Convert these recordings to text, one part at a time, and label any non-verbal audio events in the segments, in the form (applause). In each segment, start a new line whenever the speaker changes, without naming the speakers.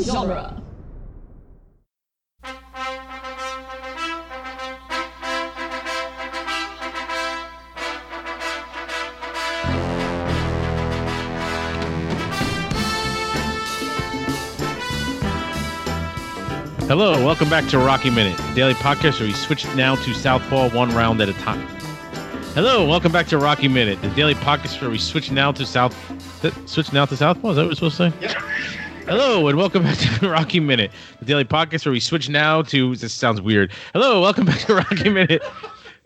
genre.
Hello, welcome back to Rocky Minute, the daily podcast where we switch now to Southpaw one round at a time. Hello, welcome back to Rocky Minute, the daily podcast where we switch now to South, th- switch now to Southpaw. Is that what we're supposed to say? Hello, and welcome back to (laughs) Rocky Minute, the daily podcast where we switch now to. This sounds weird. Hello, welcome back to (laughs) Rocky Minute,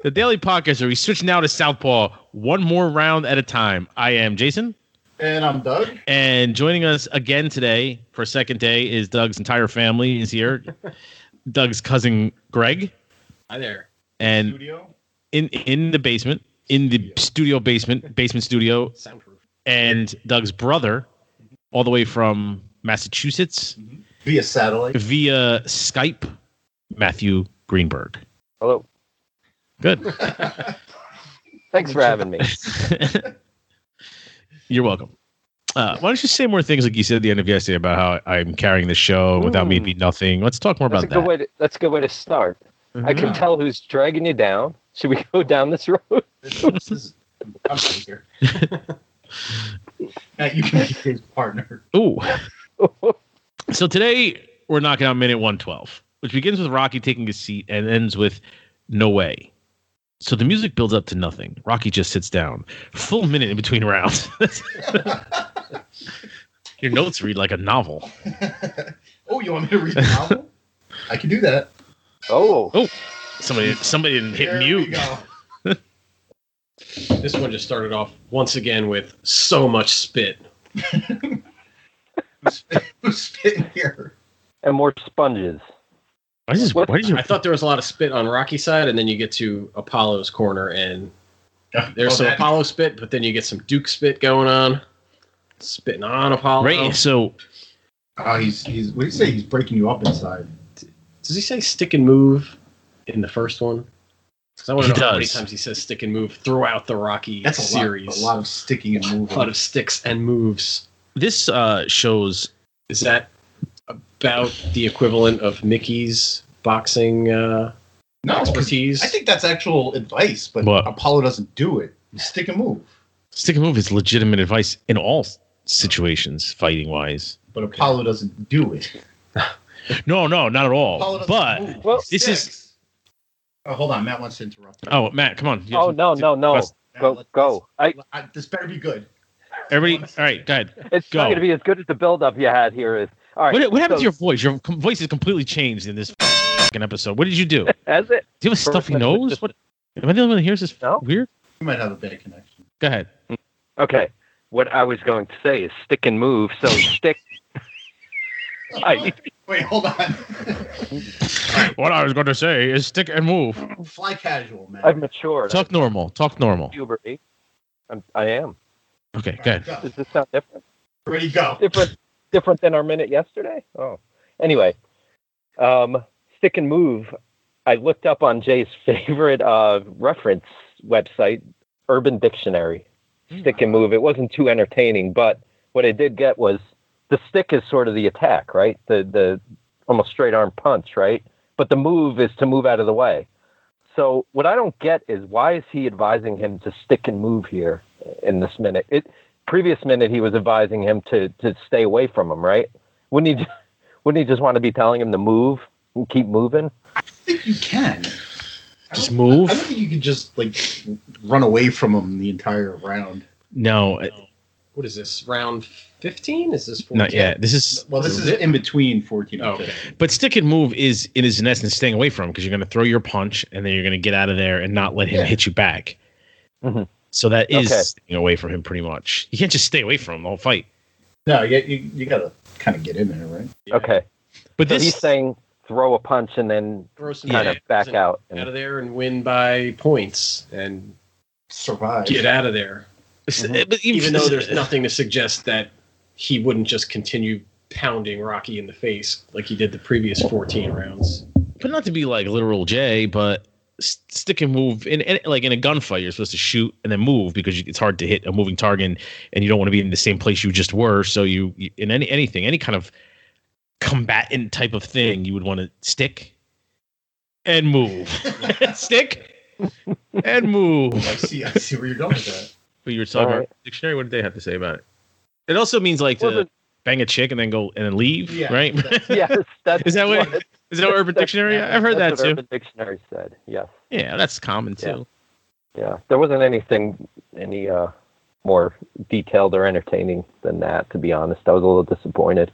the daily podcast where we switch now to Southpaw one more round at a time. I am Jason.
And I'm Doug.
And joining us again today for a second day is Doug's entire family is here. Doug's cousin Greg,
Hi there.
and
Studio.
in in the basement, in the studio basement, basement studio,
Soundproof.
and Doug's brother, all the way from Massachusetts
Via
(laughs)
satellite.
via Skype, Matthew Greenberg.
Hello.
Good. (laughs)
Thanks for having me.
You're welcome. Uh, why don't you say more things like you said at the end of yesterday about how I'm carrying the show without me
Mm.
being nothing? Let's talk more
That's a
about
good
that.
way. To, that's a good way to start. I
Mm-hmm.
can tell who's dragging you down. Should we (laughs) go down this road?
This this is, I'm out of here.
(laughs)
Matt, you can be his partner. (laughs)
Ooh. so today we're knocking out minute 112, which begins with Rocky taking his seat and ends with no way. So the music builds up to nothing. Rocky just sits down. Full minute in between rounds. (laughs) Your notes read like a novel.
Oh, you want me to read the novel? I can do that.
(laughs) Oh,
Somebody somebody didn't hit
There we
mute.
(laughs)
go.
This one just started off once again with so much spit.
Who's spitting here?
and more sponges.
Why, is this, why did you
I thought there was a lot of spit on Rocky side, and then you get to Apollo's corner, and there's
Oh,
some
that-
Apollo spit, but then you get some Duke spit going on, spitting on Apollo.
right? So
Oh, he's he's. What do you say? He's breaking you up inside.
Does he say stick and move in the first one? Because I want
He
to know how many
does.
times he says stick and move throughout the Rocky
That's a
series.
lot. A lot of sticking and moving.
(laughs) a lot of sticks and moves.
this uh, shows
Is that about the equivalent of Mickey's boxing uh,
no, 'cause
expertise?
I think that's actual advice, but
What?
Apollo doesn't do it. Stick and move.
stick and move is legitimate advice in all situations, fighting wise.
But Apollo doesn't do it.
No, no, not at
Apollo
all.
doesn't
But
move.
Well,
this is-
Sticks. Oh, hold on. Matt wants to interrupt.
Oh, Matt, come on.
Oh no, no, no.
Matt,
Go,
let's-
go. I,
I, this better be good.
Everybody, all right, go ahead.
it's
Go.
not going to be as good as the build-up you had here. Is all right.
What, what happened
so-
to your voice? Your com- voice is completely changed in this fucking episode. What did you do? Do
As it.
you have a stuffy
Perfect.
nose? What? Am I the only one who hears this
No.
weird?
You might have a bad connection.
Go ahead.
Okay. What I was going to say is stick and move.
(laughs)
So stick. (laughs) I,
Wait, hold on. (laughs)
What I was going to say is stick and move.
Fly casual, man.
I've matured.
Talk normal. Talk normal.
puberty. I'm, I am.
Okay,
All
go
right,
ahead.
go.
Does this sound different?
Ready, go.
different different than our minute yesterday. Oh, anyway, um, stick and move. I looked up on Jay's (laughs) favorite uh, reference website, Urban Dictionary. Stick and move. It wasn't too entertaining, but what I did get was the stick is sort of the attack, right? The the almost straight arm punch, right? But the move is to move out of the way. So what I don't get is why is he advising him to stick and move here in this minute? It previous minute he was advising him to to stay away from him, right? Wouldn't he? ju- (laughs) Wouldn't he just want to be telling him to move and keep moving?
I think you can.
Just
I don't
move.
think you can just like run away from him the entire round.
No, uh,
what is this round 15 is this 14?
not yet. This is.
Well, this is in between 14
Oh,
and
okay
15.
But stick and move is it is in essence staying away from because you're going to throw your punch and then you're going to get out of there and not let him
Yeah.
hit you back.
Mhm.
So that is
Okay.
staying away from him pretty much. You can't just stay away from him the whole fight.
No, you, you, you got to kind of get in there, right?
Yeah.
Okay,
But
so
this
he's saying throw a punch and then
throw some
kind of
knives
back
and-
out.
out
(laughs)
And,
of there and win by points and
Survive.
get out of there
Mhm.
but
even though there's
nothing.
nothing to suggest that he wouldn't just continue pounding rocky in the face like he did the previous 14 rounds
but not to be like literal J, but s- stick and move in, in like in a gunfight you're supposed to shoot and then move because you, it's hard to hit a moving target and, and you don't want to be in the same place you just were so you, you- in any anything any kind of combatant type of thing, you would want to stick and move. (laughs) stick and move.
I see. I see where you're going with that.
But you were talking
All
about dictionary. What did they have to say about it? It also means like to
Well, the-
bang a chick and then go and then leave,
Yeah,
right?
(laughs) exactly.
yes, that's
Is that what- Is that what Urban
That's-
Dictionary? I've heard that
that's what
too.
Urban Dictionary said. Yes.
Yeah, that's common too.
Yeah. Yeah. There wasn't anything any uh, more detailed or entertaining than that, to be honest. I was a little disappointed.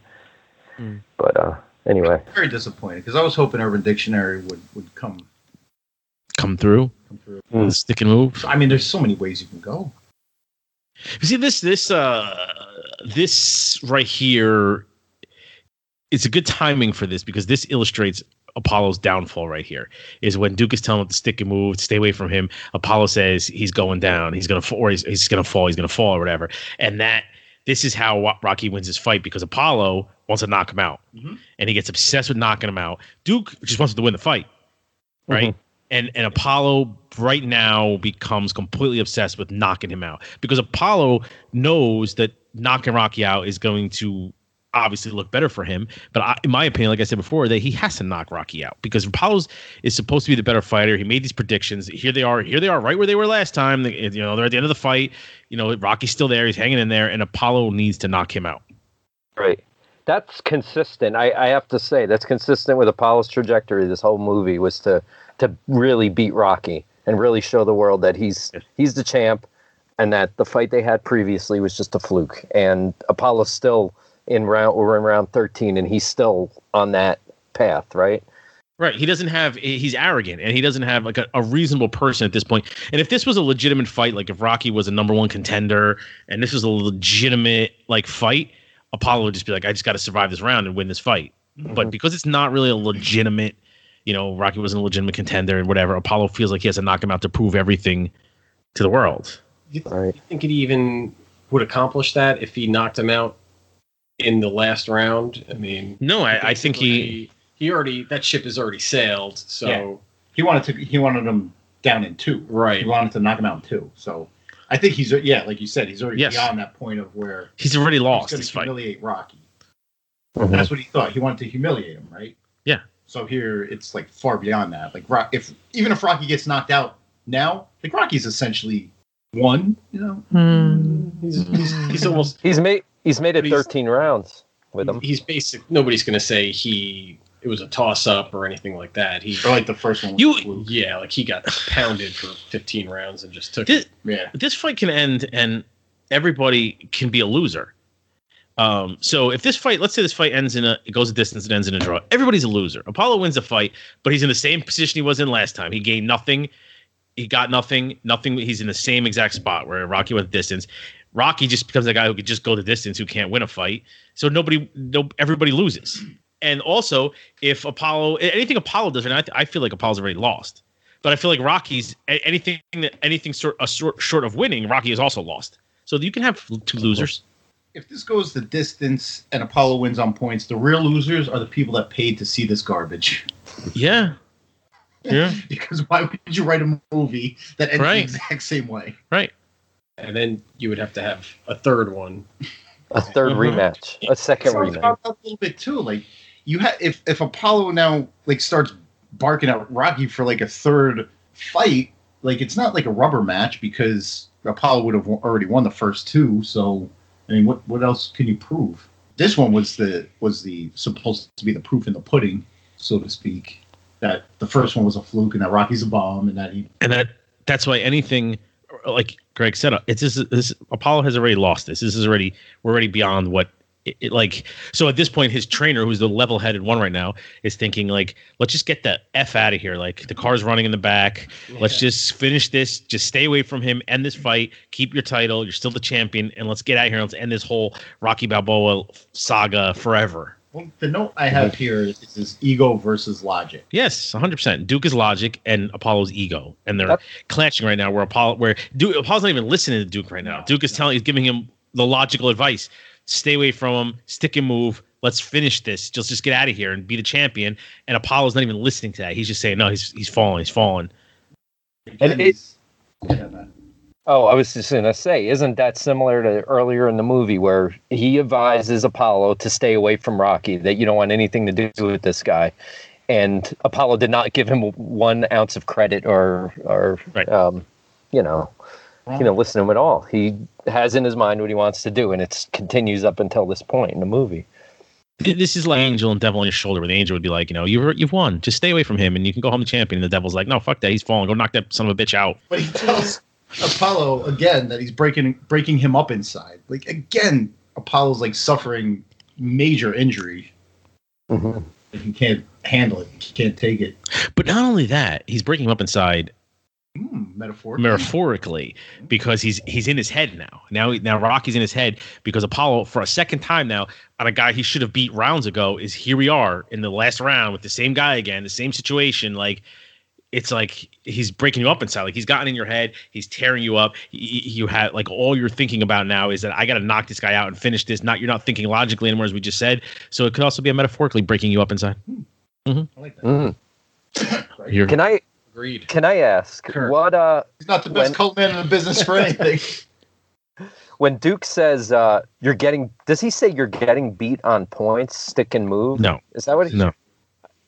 Hmm.
But uh, anyway,
Very disappointed because I was hoping Urban Dictionary would would come
Come through,
come through.
Mm.
stick and move.
I mean, there's so many ways you can go.
You see this this uh this right here it's a good timing for this because this illustrates Apollo's downfall right here is when Duke is telling him to stick and move, stay away from him. Apollo says he's going down, he's gonna fall, or he's, he's gonna fall, he's gonna fall, or whatever. And that this is how Wa- Rocky wins his fight because Apollo wants to knock him out,
Mhm.
and he gets obsessed with knocking him out. Duke just wants to win the fight, right? and and Apollo right now becomes completely obsessed with knocking him out because Apollo knows that knocking Rocky out is going to obviously look better for him. But I, in my opinion, like I said before, that he has to knock Rocky out because Apollo's is supposed to be the better fighter. He made these predictions. Here they are. Here they are, right where they were last time. They- You know, they're at the end of the fight. You know, Rocky's still there. He's hanging in there, and Apollo needs to knock him out.
Right. That's consistent. I, I have to say that's consistent with Apollo's trajectory. This whole movie was to to really beat Rocky and really show the world that he's
Yes.
he's the champ, and that the fight they had previously was just a fluke. And Apollo's still in round. We're in round thirteen, and he's still on that path. Right.
Right. He doesn't have, he's arrogant and he doesn't have like a, a reasonable person at this point. And if this was a legitimate fight, like if Rocky was a number one contender and this was a legitimate like fight, Apollo would just be like, I just got to survive this round and win this fight. But because it's not really a legitimate, you know, Rocky wasn't a legitimate contender and whatever, Apollo feels like he has to knock him out to prove everything to the world.
You, th-
Right.
you think it even would accomplish that if he knocked him out in the last round? I mean,
No, I, I think he,
already- he already that ship has already sailed. So
Yeah. He wanted to. He wanted him down in two. He
right,
wanted to knock him out in two. So I think he's yeah, like you said, he's already
Yes.
beyond that point of where
he's already lost
he's going
this
to
fight.
humiliate Rocky. That's what he thought. He wanted to humiliate him, right?
Yeah.
So here it's like far beyond that. Like Rock, if even if Rocky gets knocked out now, like Rocky's essentially won. You know,
he's, he's, he's almost
He's made he's made it
But he's-
thirteen rounds with him.
he's basic. Nobody's going to say he it was a toss up or anything like that. He
or like the first one. was
You-
a fluke.
yeah, like he got pounded for 15 rounds and just took
Did-
it.
yeah.
this fight can end and everybody can be a loser. Um, so if this fight, let's say this fight ends in a, it goes a distance and ends in a draw, everybody's a loser. Apollo wins the fight, but he's in the same position he was in last time. He gained nothing. He got nothing, nothing. He's in the same exact spot where Rocky went the distance. Rocky just becomes a guy who could just go the distance, who can't win a fight. So nobody, no, everybody loses. And also, if Apollo, anything Apollo does, and I, I feel like Apollo's already lost but I feel like Rocky's a- anything that anything sort a sort short of winning, Rocky is also lost. So you can have two losers.
If this goes the distance and Apollo wins on points, the real losers are the people that paid to see this garbage. (laughs)
Yeah, yeah,
Because why would you write a movie that ends
Right.
the exact same way?
right.
And then you would have to have a third one.
A 3rd
Mhm.
Mm-hmm.
rematch, a second
sounds
rematch.
about that a little bit too. Like you had if if Apollo now like starts barking at Rocky for like a third fight, like it's not like a rubber match because Apollo would have wa- already won the first two. So I mean, what what else can you prove? This one was the was the supposed to be the proof in the pudding, so to speak. That the first one was a fluke, and that Rocky's a bomb, and that he
And that that's why anything like Greg said, uh, it's just this Apollo has already lost this. This is already we're already beyond what it, it, like. So at this point, his trainer, who's the level-headed one right now, is thinking like, let's just get the f out of here. Like the car's running in the back. Let's just finish this. Just stay away from him. End this fight. Keep your title. You're still the champion, and let's get out of here. Let's end this whole Rocky Balboa saga forever.
Well, the note I have here is, is ego versus logic.
Yes, 100. percent Duke is logic and Apollo's ego, and they're
That's-
clashing right now. Where Apollo, where Duke, Apollo's not even listening to Duke right now.
No,
Duke is
no.
telling, he's giving him the logical advice: stay away from him, stick and move. Let's finish this. Just just get out of here and be the champion. And Apollo's not even listening to that. He's just saying, no, he's he's falling, he's falling.
And it-
Yeah, man.
Oh, I was just going to say, isn't that similar to earlier in the movie where he advises Apollo to stay away from Rocky, that you don't want anything to do with this guy? And Apollo did not give him one ounce of credit or, or
Right.
um, you know, you know, listen to him at all. He has in his mind what he wants to do, and it continues up until this point in the movie.
This is like Angel and Devil on your shoulder, where the angel would be like, you know, you've you've won. Just stay away from him, and you can go home the champion. And the devil's like, no, fuck that. He's falling. Go knock that son of a bitch out.
But he tells Apollo again that he's breaking breaking him up inside. Like again, Apollo's like suffering major injury.
Mhm.
Like, he can't handle it. He can't take it.
But not only that, he's breaking him up inside
Mm, metaphor.
metaphorically because he's he's in his head now. Now now Rocky's in his head because Apollo, for a second time now, on a guy he should have beat rounds ago, is here we are in the last round with the same guy again, the same situation. Like it's like he's breaking you up inside. Like he's gotten in your head, he's tearing you up. Y- y- You had like all you're thinking about now is that I got to knock this guy out and finish this. Not you're not thinking logically anymore, as we just said. So it could also be a metaphorically breaking you up inside.
I like that.
Mm.
Right?
You're,
Can I
Agreed.
can I ask
Sure.
what uh
He's not the best
When-
cult man in the business for (laughs) anything.
when Duke says uh you're getting does he say you're getting beat on points, stick and move?
no,
Is that what he
no.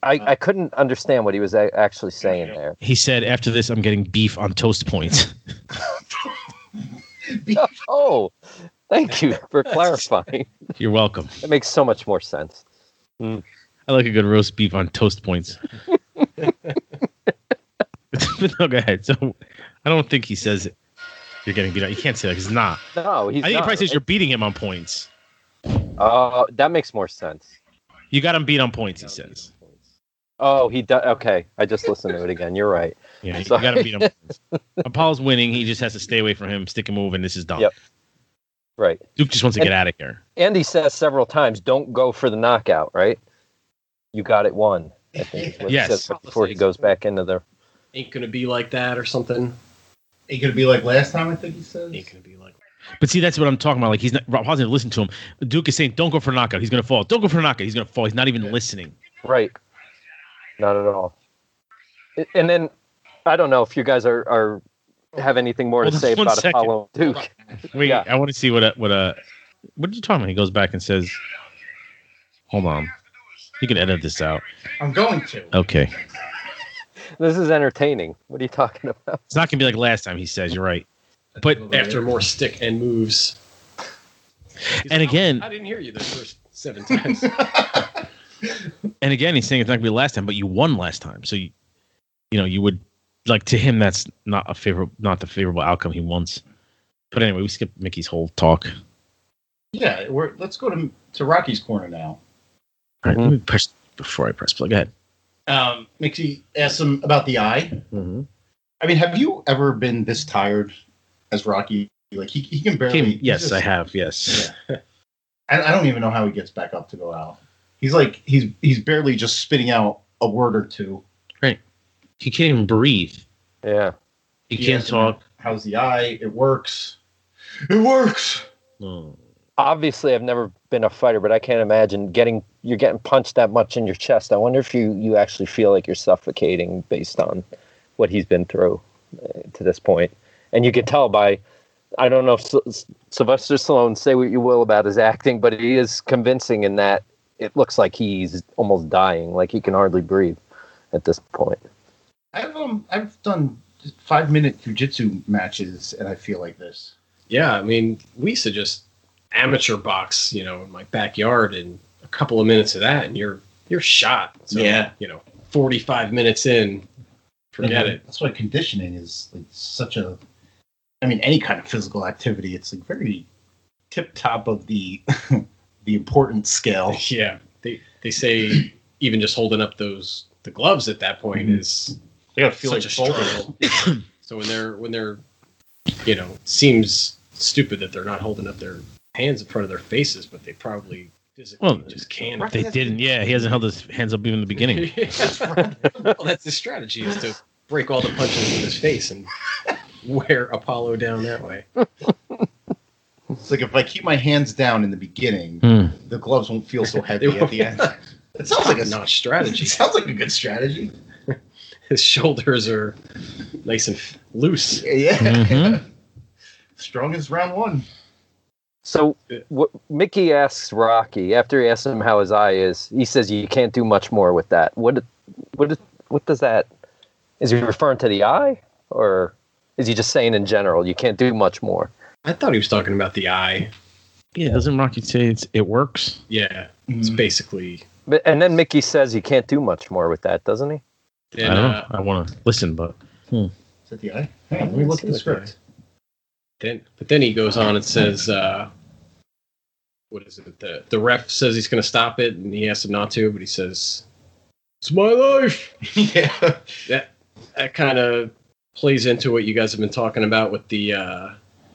I,
Uh,
I couldn't understand what he was a- actually saying there. (laughs)
He said after this, I'm getting beef on toast points. (laughs)
Oh, thank
(laughs)
you for clarifying.
You're welcome.
It makes so much more sense.
I like a good roast beef on toast points. (laughs) no, go ahead. So, I don't think he says it. You're getting beat up. You can't say that. 'cause He's not.
No,
I think
he's not.
he probably says you're beating him on points.
Oh, that makes more sense.
You got him beat on points. He says.
Oh, he does. Okay, I just listened to it again. You're right.
Yeah, you
Sorry.
got him beat on points. Apollo's winning. He just has to stay away from him, stick and move, and this is done.
Yep. Right.
Duke just wants to
And-
get out of here.
And he says several times, "Don't go for the knockout." Right? You got it. One. I think. is what he
Yes.
says before he goes back into the.
Ain't gonna be like that or something.
Ain't gonna be like last time. I think he says.
Ain't gonna be like.
But see, that's what I'm talking about. Like he's not. Apollo's not listen to him. Duke is saying, "Don't go for a knockout. He's gonna fall. Don't go for a knockout. He's gonna fall." He's not even listening.
Right. Not at all. I- And then, I don't know if you guys are, are have anything more
Hold
to
on
say
one
about
second.
Apollo and Duke.
Wait,
Yeah.
I want to see what a, what a what are you talking about? He goes back and says, "Hold on, you can edit this out."
I'm going to.
Okay,
This is entertaining. What are you (laughs) talking about?
it's not gonna be like last time. He says, "You're right." But
After more stick and moves.
And again-
I didn't hear you the first seven times.
and again, he's saying it's not gonna be last time, but you won last time, so you, you know you would like to him that's not a favor, not the favorable outcome he wants. But anyway, we skipped Mickey's whole talk.
Yeah, we're let's go to to Rocky's corner now.
All right, let me press before I press play. Go ahead.
Um, Mixie asks him about the eye.
Mm-hmm.
I mean, have you ever been this tired as Rocky? Like he, he can barely.
Came- yes,
he's
I
just-
have. Yes,
I, I don't even know how he gets back up to go out. He's like he's he's barely just spitting out a word or two.
he can't even breathe.
Yeah.
He
He
can't
asks him,
talk.
How's the eye? It works. It works.
Oh.
obviously I've never been a fighter, but I can't imagine getting you're getting punched that much in your chest. I wonder if you you actually feel like you're suffocating based on what he's been through uh, to this point. And you can tell by I don't know if Sy- S- Sylvester Stallone say what you will about his acting, but he is convincing in that it looks like he's almost dying, like he can hardly breathe at this point.
I've um I've done five minute jujitsu matches and I feel like this.
yeah, I mean, we used to just amateur box, you know, in my backyard, and a couple of minutes of that, and you're you're shot. So,
Yeah.
you know, forty five minutes in, forget it.
That's why conditioning is like such a. I mean, any kind of physical activity, it's like very tip top of the (laughs) the importance scale.
(laughs) Yeah, they they say even just holding up those the gloves at that point
Mhm.
is
I gotta
such a struggle. so when they're when they're you know seems stupid that they're not holding up their hands in front of their faces, but they probably physically
Well,
just can't.
right.
They didn't. Yeah, he hasn't held his hands up even in the beginning.
(laughs) well, that's the strategy is to break all the punches in his face and wear Apollo down that way.
It's like if I keep my hands down in the beginning,
Hmm.
the gloves won't feel so heavy
(laughs) They
at the end. It sounds like a
not
It (laughs)
strategy.
sounds like a good strategy.
His shoulders are nice and f- loose.
Yeah. (laughs)
Mhm.
Strong as round one.
So what Mickey asks Rocky after he asks him how his eye is. He says you can't do much more with that. What what what does that? Is he referring to the eye, or is he just saying in general you can't do much more?
I thought he was talking about the eye.
Yeah, doesn't Rocky say it's, it works?
Yeah, it's
Mm.
basically.
But, and then Mickey says you can't do much more with that, doesn't he?
Then,
I don't
uh,
know. I want to listen, but
Is that the eye? Hang on, let me look at the script.
Then, but then he goes on and says, uh, "What is it?" The the ref says he's going to stop it, and he asks him not to, but he says, "It's my life."
(laughs) yeah.
That kind of plays into what you guys have been talking about with the, uh,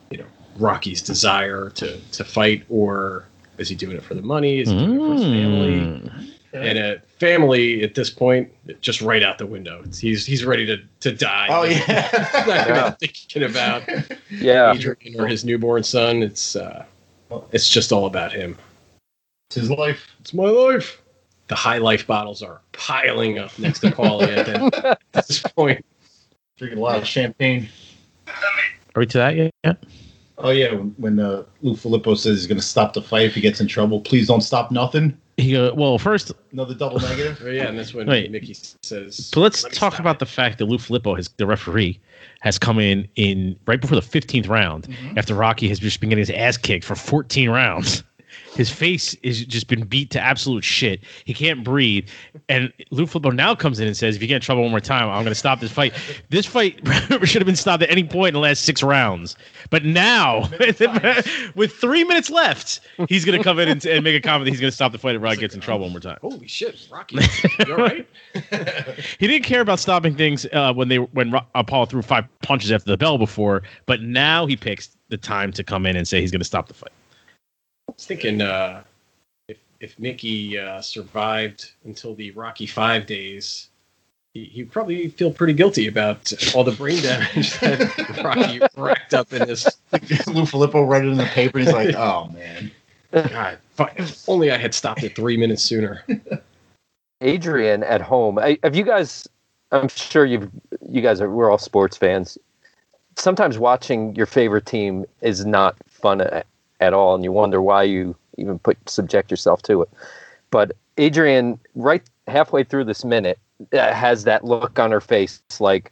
you know, Rocky's desire to to fight, or is he doing it for the money? Is he doing it for his family?
Mm.
And a family at this point, just right out the window. It's, he's he's ready to to die.
Oh
(laughs) He's not
Yeah.
(laughs) yeah.
even thinking about
Yeah.
Adrian or his newborn son. It's uh, it's just all about him.
it's his life.
It's my life. The high life bottles are piling up next to Paulie at, that, at this point.
Drinking a lot of champagne.
Are we to that yet? Yeah.
Oh yeah, when, when uh, Lou Filippo says he's going to stop the fight if he gets in trouble, please don't stop nothing.
He go, well, first,
Another double (laughs) negative.
Oh, yeah, and that's when
Wait.
Mickey says.
but let's
"Let me
talk
stop
about
it."
the fact that Lou Filippo, his the referee, has come in in right before the fifteenth round
Mm-hmm.
Mhm.
after Rocky has just been getting his ass kicked for fourteen rounds. (laughs) His face is just been beat to absolute shit. He can't breathe, and Lou Filippo now comes in and says, "If you get in trouble one more time, I'm going to stop this fight." This fight (laughs) should have been stopped at any point in the last six rounds, but now, (laughs) with three minutes left, he's going to come in and, and make a comment that he's going to stop the fight if Rocky gets in trouble one more time.
Holy shit,
(laughs)
Rocky! You all right?
He didn't care about stopping things uh, when they when Ro- Apollo threw five punches after the bell before, but now he picks the time to come in and say he's going to stop the fight.
I was thinking uh, if if Mickey uh, survived until the Rocky Five days, he, he'd probably feel pretty guilty about all the brain damage (laughs) that Rocky racked up in this
Lou Filippo read it in the paper, and he's like, "Oh man,
God, fi- if only I had stopped it three minutes sooner.
Adrian at home. I, have you guys? I'm sure you've. You guys are. We're all sports fans. Sometimes watching your favorite team is not fun at, at all, and you wonder why you even put subject yourself to it. But Adrian, right halfway through this minute, uh, has that look on her face, like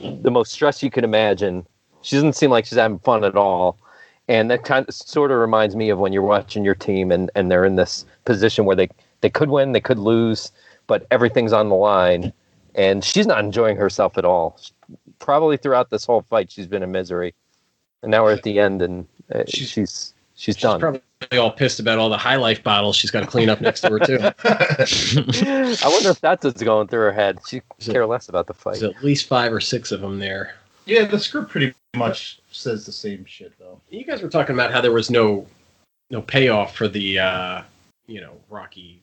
the most stress you can imagine. She doesn't seem like she's having fun at all. And that kind of sort of reminds me of when you're watching your team and, and they're in this position where they, they could win, they could lose, but everything's on the line. And she's not enjoying herself at all. Probably throughout this whole fight, she's been in misery. And now we're at the end, and uh,
She's-
she's, she's
She's
done.
probably all pissed about all the high life bottles she's got to clean up next to her too.
I wonder if that's what's going through her head. She
Is it-
care less about the fight.
There's at least five or six of them there.
yeah." The script pretty much says the same shit though.
You guys were talking about how there was no no payoff for the uh, you know Rocky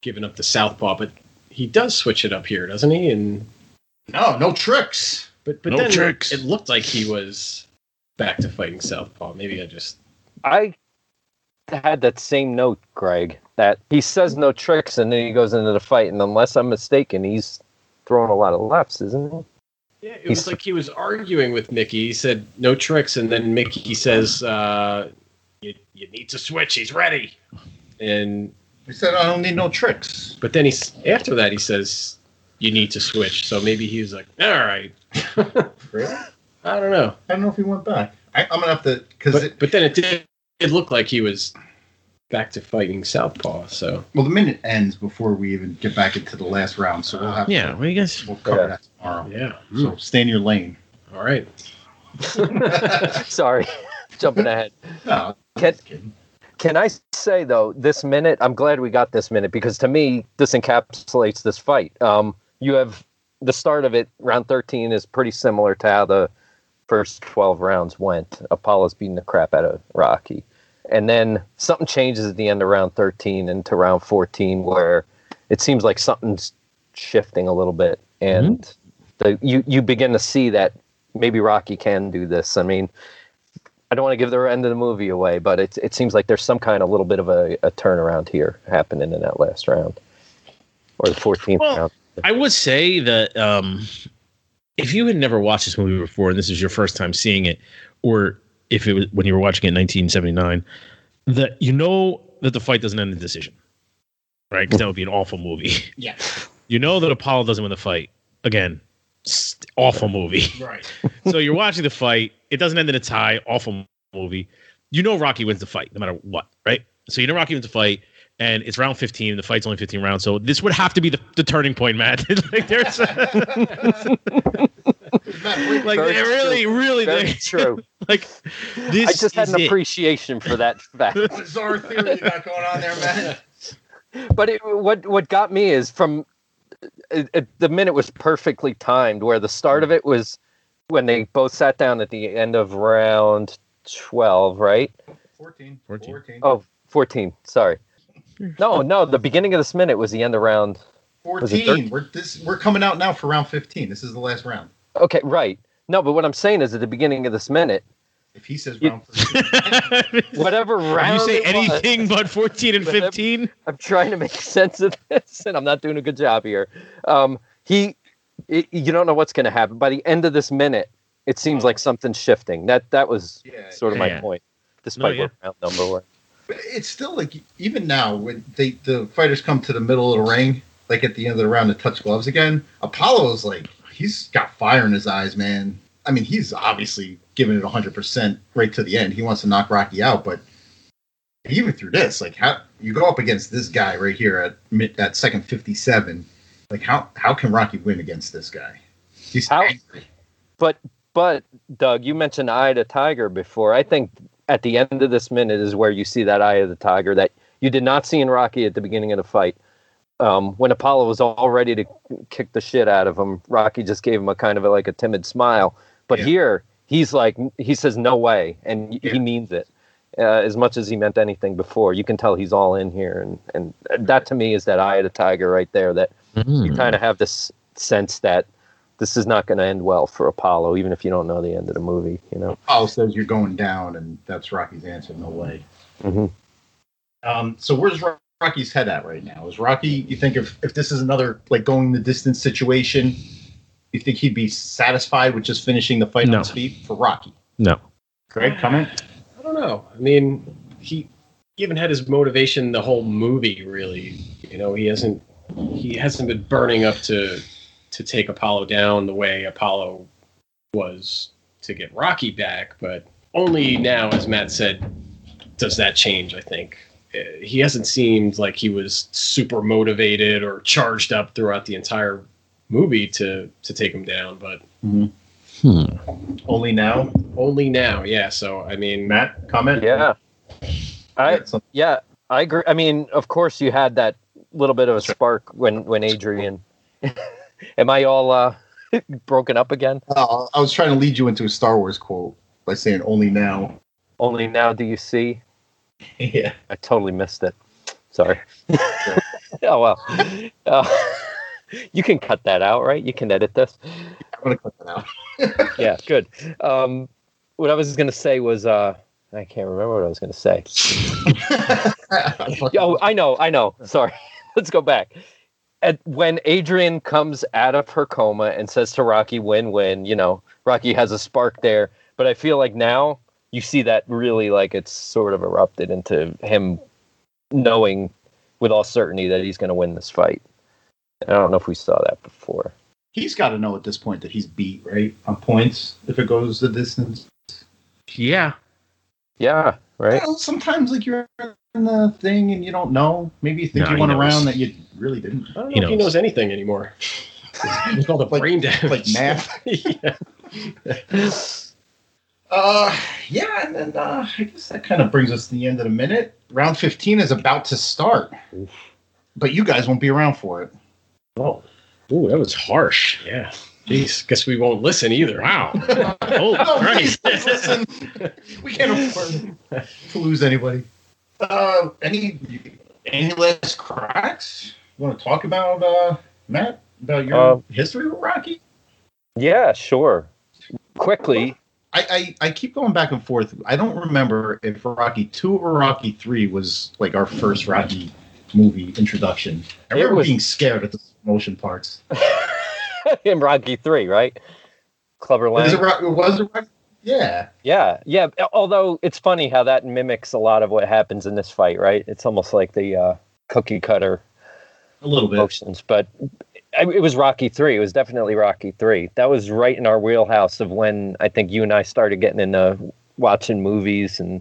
giving up the southpaw, but he does switch it up here, doesn't he? And
No, no tricks.
but but
No
then
tricks.
it looked like he was back to fighting southpaw. Maybe I just
I had that same note, Greg, that he says no tricks and then he goes into the fight. And unless I'm mistaken, he's throwing a lot of lefts, isn't he? (laughs)
Yeah, it
He's-
was like he was arguing with Mickey. He said no tricks, and then Mickey says, uh, "You you need to switch. He's ready." And
He said, "I don't need no tricks."
but then he's after that he says, "You need to switch." So maybe he's like, "All right,
Really?
I don't know."
I don't know if he went back. I, I'm gonna have to because
But but then it did it looked like he was back to fighting Southpaw. So
well, the minute ends before we even get back into the last round, so we'll have
Yeah,
to,
well, you guys.
we'll cover
Yeah.
that tomorrow.
yeah,
So stay in your lane.
all right.
Sorry, (laughs) jumping ahead.
No,
Can,
just kidding.
can I say, though, this minute, I'm glad we got this minute because to me, this encapsulates this fight. Um, you have the start of it, round 13 is pretty similar to how the first 12 rounds went. Apollo's beating the crap out of Rocky. And then something changes at the end of round 13 into round 14 where it seems like something's shifting a little bit. And the, you, you begin to see that maybe Rocky can do this. I mean, I don't want to give the end of the movie away, but it, it seems like there's some kind of little bit of a, a turnaround here happening in that last round or the 14th
Well,
round.
I would say that um, if you had never watched this movie before and this is your first time seeing it, or if it was when you were watching it in 1979, that you know that the fight doesn't end in decision, right? Because that would be an awful movie.
Yeah.
You know that Apollo doesn't win the fight. Again, s- awful movie.
Right.
so you're watching the fight. It doesn't end in a tie. Awful movie. You know Rocky wins the fight no matter what, right? So you know Rocky wins the fight, and it's round 15. The fight's only 15 rounds, so this would have to be the, the turning point, Matt. (laughs) like
(laughs)
there's like
Very
they really, really
Very
they,
true.
like this.
I just had
is
an
it.
appreciation
(laughs)
for that fact.
bizarre theory you got going on there, man.
But it, what what got me is from it, it, the minute was perfectly timed. Where the start
Mm.
of it was when they both sat down at the end of round twelve, right?
14.
14.
14.
Oh, 14, Sorry.
(laughs)
No, no. The beginning of this minute was the end of round.
14. We're, this, we're coming out now for round 15. This is the last round.
Okay, right. No, but what I'm saying is at the beginning of this minute,
If he says
You-
round 15,
(laughs)
(laughs)
whatever round.
you say
it was,
anything but 14 and
But that-
15?
I'm trying to make (laughs) sense of this, and I'm not doing a good job here. Um, he, it, you don't know what's going to happen by the end of this minute. It seems like something's shifting. That that was
yeah.
sort of my
Oh. Yeah.
point, despite
yeah.
what round number was.
But it's still like, even now, when they the fighters come to the middle of the ring, like at the end of the round to touch gloves again, Apollo's like, he's got fire in his eyes, man. I mean, he's obviously giving it 100% right to the end. He wants to knock Rocky out, but even through this, like, how you go up against this guy right here at mid, at second 57, like, how, how can Rocky win against this guy? He's
How-
angry.
But Doug, you mentioned Eye of the Tiger before. I think at the end of this minute is where you see that Eye of the Tiger that you did not see in Rocky at the beginning of the fight. Um, when Apollo was all ready to kick the shit out of him, Rocky just gave him a kind of a, like a timid smile. But
Yeah.
here, he's like, he says, no way. And y
Yeah.
he means it uh, as much as he meant anything before. You can tell he's all in here. And, and that to me is that Eye of the Tiger right there that you kind of have this sense that this is not going to end well for Apollo, even if you don't know the end of the movie. You know,
Apollo says you're going down, and that's Rocky's answer. No way.
Mhm.
Um, so where's Ro- Rocky's head at right now? Is Rocky? You think if if this is another like going the distance situation, you think he'd be satisfied with just finishing the fight
No.
on his feet for Rocky?
No.
Greg, comment.
I don't know. I mean, he, he even had his motivation the whole movie. Really, you know, he hasn't he hasn't been burning up to to take Apollo down the way Apollo was to get Rocky back. But only now, as Matt said, does that change. I think Uh, he hasn't seemed like he was super motivated or charged up throughout the entire movie to to take him down. But
Only now,
only now, yeah. So I mean,
Matt, comment.
yeah, I
That's something-
yeah I agree. I mean, of course, you had that little bit of a spark when when Adrian. (laughs) Am I all uh, (laughs) broken up again?
Uh, I was trying to lead you into a Star Wars quote by saying "only now." (laughs)
Only now do you see.
yeah.
I totally missed it. Sorry. (laughs) oh well. Uh, (laughs) you can cut that out, right? You can edit this.
I'm gonna cut that out.
yeah, (laughs) good. Um, what I was going to say was uh, I can't remember what I was going to say. Oh, I know, I know. Sorry. (laughs) Let's go back. At, when Adrian comes out of her coma and says to Rocky, win win, you know, Rocky has a spark there. But I feel like now you see that really like it's sort of erupted into him knowing with all certainty that he's going to win this fight. And I don't know if we saw that before.
he's got to know at this point that he's beat right on points if it goes the distance.
Yeah.
Yeah, right?
Well, sometimes like you're in the thing and you don't know. Maybe you think
No,
you
he
won a
knows.
round that you really didn't.
I don't know
He
if he
knows.
knows anything anymore. With all the
Like-
brain damage.
Like math.
yeah.
Uh, yeah, and then uh, I guess that kind of brings us to the end of the minute. Round 15 is about to start, but you guys won't be around for it.
Oh. Ooh, that was harsh. Yeah. Jeez. Guess we won't listen either.
Wow.
(laughs)
Holy
Oh,
Christ.
please, please (laughs) listen. We can't afford to lose anybody. Uh, any any last cracks? You want to talk about uh, Matt about your
Uh,
history with Rocky?
Yeah, sure. Quickly, (laughs)
I, I, I keep going back and forth. I don't remember if Rocky two or Rocky three was like our first Rocky movie introduction. I
It
remember
was-
being scared at the motion parts.
in Rocky Three, right? Clever
Was it,
Lang.
Rocky, was it Rocky? Yeah.
Yeah, yeah. Although it's funny how that mimics a lot of what happens in this fight, right? It's almost like the uh, cookie cutter
A little bit.
motions, but I- it was Rocky Three. It was definitely Rocky Three. That was right in our wheelhouse of when I think you and I started getting into watching movies, and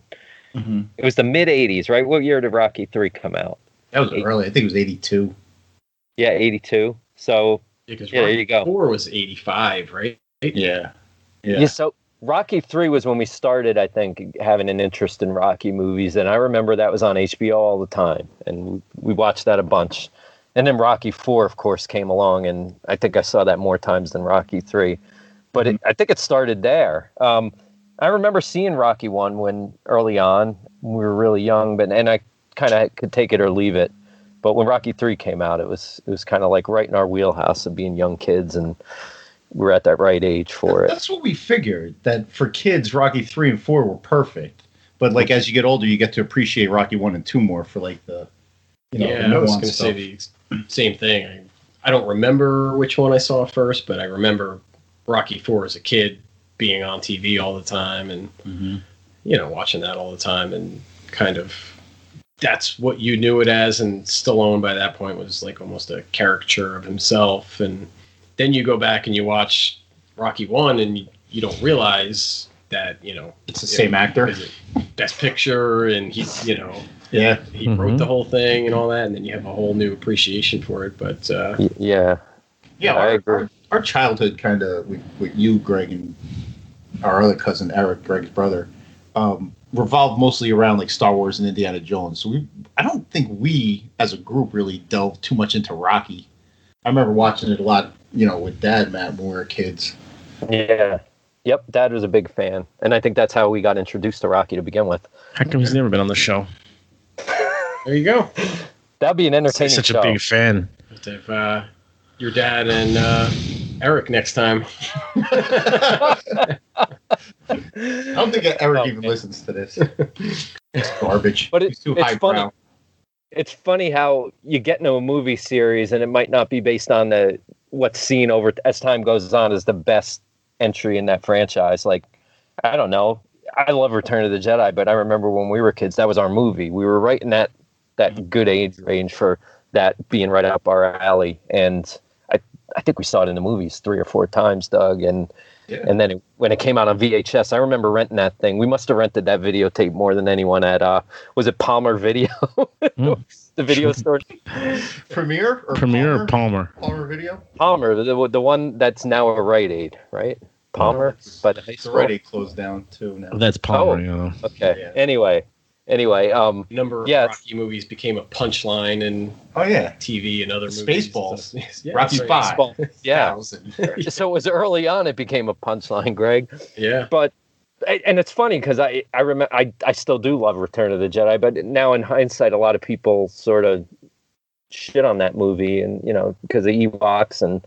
Mhm.
it was the mid '80s, right? What year did Rocky Three come out?
That was early. I think it was 82.
Yeah, '82. So
because
yeah, there you go.
Four was eighty five, right?
Yeah.
Yeah. so Rocky Three was when we started, I think, having an interest in Rocky movies, and I remember that was on HBO all the time, and we- we watched that a bunch. And then Rocky Four, of course, came along, and I think I saw that more times than Rocky Three, but it, I think it started there. Um, I remember seeing Rocky One when early on when we were really young, but and I kind of could take it or leave it. But when Rocky Three came out, it was it was kind of like right in our wheelhouse of being young kids, and we were at that right age for it.
That's what we figured that for kids, Rocky 3 and 4 were perfect. But like as you get older, you get to appreciate Rocky 1 and 2 more for like the, you know,
yeah,
the
I was
nuanced
going to say
stuff.
the ex- same thing. I, I don't remember which one I saw first, but I remember Rocky Four as a kid being on TV all the time, and
Mhm.
you know, watching that all the time, and kind of that's what you knew it as. And Stallone by that point was like almost a caricature of himself. And then you go back and you watch Rocky One, and you, you don't realize that you know
It's the
you
same
know,
actor.
is it Best Picture, and he's you know
Yeah.
he
Mhm.
Mm-hmm.
wrote the whole thing and all that, and then you have a whole new appreciation for it. But uh,
Y- Yeah.
Yeah.
I
our-
agree.
Our, our childhood kind of with, with you, Greg, and our other cousin, Eric, Greg's brother, um, revolved mostly around like Star Wars and Indiana Jones. So we, I don't think we as a group really delved too much into Rocky. I remember watching it a lot, you know, with dad, Matt, when we were kids.
Yeah. Yep. Dad was a big fan. And I think that's how we got introduced to Rocky to begin with.
How come he's never been on the show?
there you go.
That'd be an entertaining
He's such
show.
a big fan.
Have to have uh, your dad and uh, Eric next time.
I don't think Eric even
Okay.
listens to this. It's garbage.
But it-
He's too
it's
highbrow.
funny. it's funny how you get into a movie series and it might not be based on the what's seen over as time goes on as the best entry in that franchise. Like, I don't know. I love Return of the Jedi, but I remember when we were kids, that was our movie. We were right in that
Mm-hmm.
that good age range for that being right up our alley. And I I think we saw it in the movies three or four times, Doug. And
Yeah.
and then it, when it came out on VHS, I remember renting that thing. We must have rented that videotape more than anyone at uh was it Palmer Video? (laughs) the video store
Premiere or
Premier
Palmer,
Palmer.
Palmer Video?
Palmer, the, the one that's now a Rite Aid, right? Palmer, but the high
It's
school.
already closed down too now.
Oh, that's Palmer,
Oh.
you know.
Okay.
Yeah.
Anyway, anyway, um,
number of
Yes.
Rocky movies became a punchline in
Oh yeah,
TV and other movies.
Spaceballs.
(laughs) yeah,
Rocky
that's
Five. (laughs)
well, yeah.
Thousand.
So it was early on. It became a punchline, Greg.
Yeah.
But and it's funny because I I remember I I still do love Return of the Jedi, but now in hindsight, a lot of people sort of shit on that movie, and you know because of Ewoks and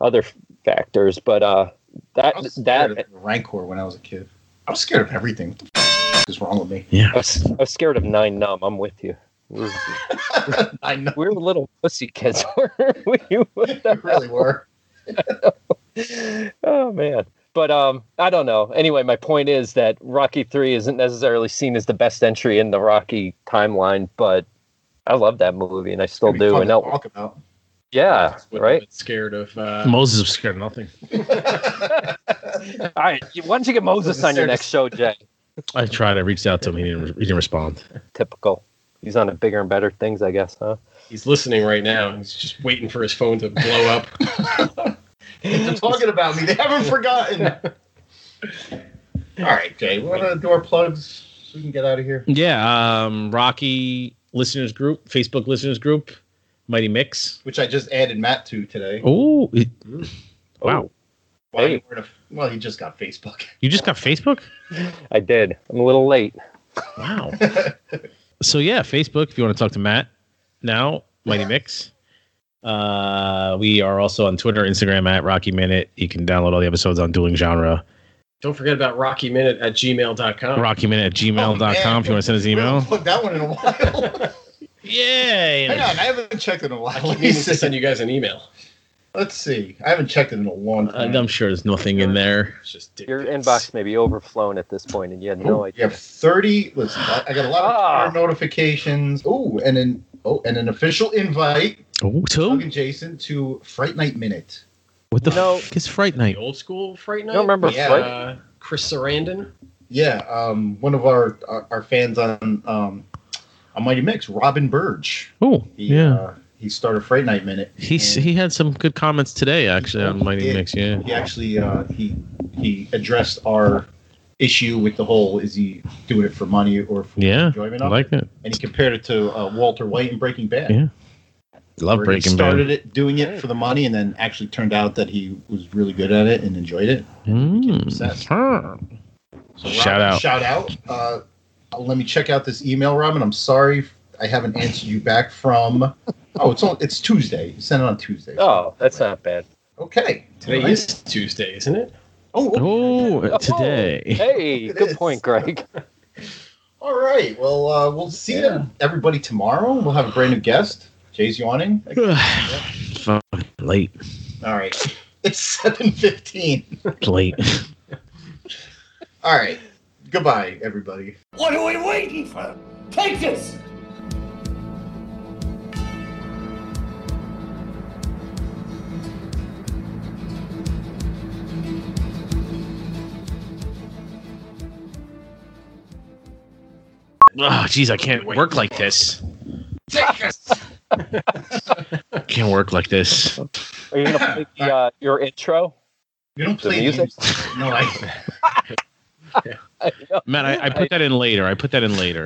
other factors. But uh, that
I was
that
scared of the Rancor when I was a kid. I was scared of everything. What the f- is wrong with me?
I was, I was scared of Nine Numb. I'm with you. We were,
I
(laughs)
know
we were little pussy kids. (laughs) weren't we? What the
you (laughs) really were.
oh man but um i don't know anyway my point is that rocky 3 isn't necessarily seen as the best entry in the rocky timeline but i love that movie and i still
It'd be
do
fun
and
to
I'll-
talk about.
yeah
That's what I
right
was Scared of. Uh,
Moses is scared of nothing.
all right you- why don't you get moses on your next show jay
I tried. I reached out to him. He didn't. He didn't respond.
typical he's on to bigger and better things i guess huh
he's listening right now. He's just waiting for his phone to blow up. (laughs)
They're talking about me. They
(laughs)
haven't forgotten. All right, Jay. What are the door plugs? So we can get out of here.
Yeah. Um. Rocky listeners group, Facebook listeners group, Mighty Mix.
Which I just added Matt to today.
Oh. it- Wow.
Why
hey.
we're in a- well, he just got Facebook.
You just got Facebook?
i did i'm a little late
(laughs) Wow. so yeah, Facebook. If you want to talk to Matt now, Mighty Mix. Uh, we are also on Twitter, Instagram at Rocky Minute. You can download all the episodes on Dueling Genre.
Don't forget about Rocky Minute at gmail.com.
Rocky Minute at gmail.com
Oh,
if you want to send us an
We haven't
email.
plugged that one in a while.
(laughs)
Yeah.
Hang on, I haven't checked in a
I
while.
keep meaning to send you guys an email.
(laughs) Let's see. I haven't checked it in a long
I-
time.
I'm sure there's nothing in there.
It's just dick
Your
pics.
inbox may be overflowing at this point, and you had no
Ooh,
idea.
You have thirty. Listen, I I got a lot of
Ah.
Twitter notifications. Oh, and an oh, and an official invite.
Oh,
Doug
two?
and Jason to Fright Night Minute.
What the
You know-
fuck is Fright
The
Night?
old school Fright Night.
don't remember
Yeah.
Fright-
Uh, Chris Sarandon.
Yeah, um, one of our our, our fans on um, on Mighty Mix, Robin Burge.
Oh,
He,
yeah.
uh, he started Fright Night Minute.
He's,
and
he had some good comments today, actually, on Mighty
Yeah.
Mix. Yeah.
he actually uh, he he addressed our issue with the whole is he doing it for money or for
Yeah.
enjoyment?
I
of
like that.
it? and he compared it to uh, Walter White in Breaking Bad.
Yeah. Love
where he
Breaking
started
Bad.
it doing it for the money, and then actually turned out that he was really good at it and enjoyed it.
Hmm.
became obsessed.
Mm.
So
Shout out.
Shout out. Uh, let me check out this email, Robin. I'm sorry I haven't answered you back from. Oh, it's on, it's Tuesday. You sent it on Tuesday.
Oh, that's not bad.
okay.
Today
All right.
is Tuesday, isn't it?
Oh, okay.
Oh,
Oh.
today.
(laughs)
Hey,
It
good
is.
point, Greg.
All right. Well, uh, we'll see everybody tomorrow. We'll have a brand new guest. Jay's yawning.
(sighs) Fuck, late,
All right. (laughs) It's seven fifteen.
late. (sighs)
All right. Goodbye, everybody.
What are we waiting for? Take this!
Oh, geez, I can't work like this. can't work like
(laughs)
this.
Are you gonna play the, uh, your intro?
You don't
The
play
music? (laughs)
games. No, I.
Matt, I, I put that in later. I put that in later.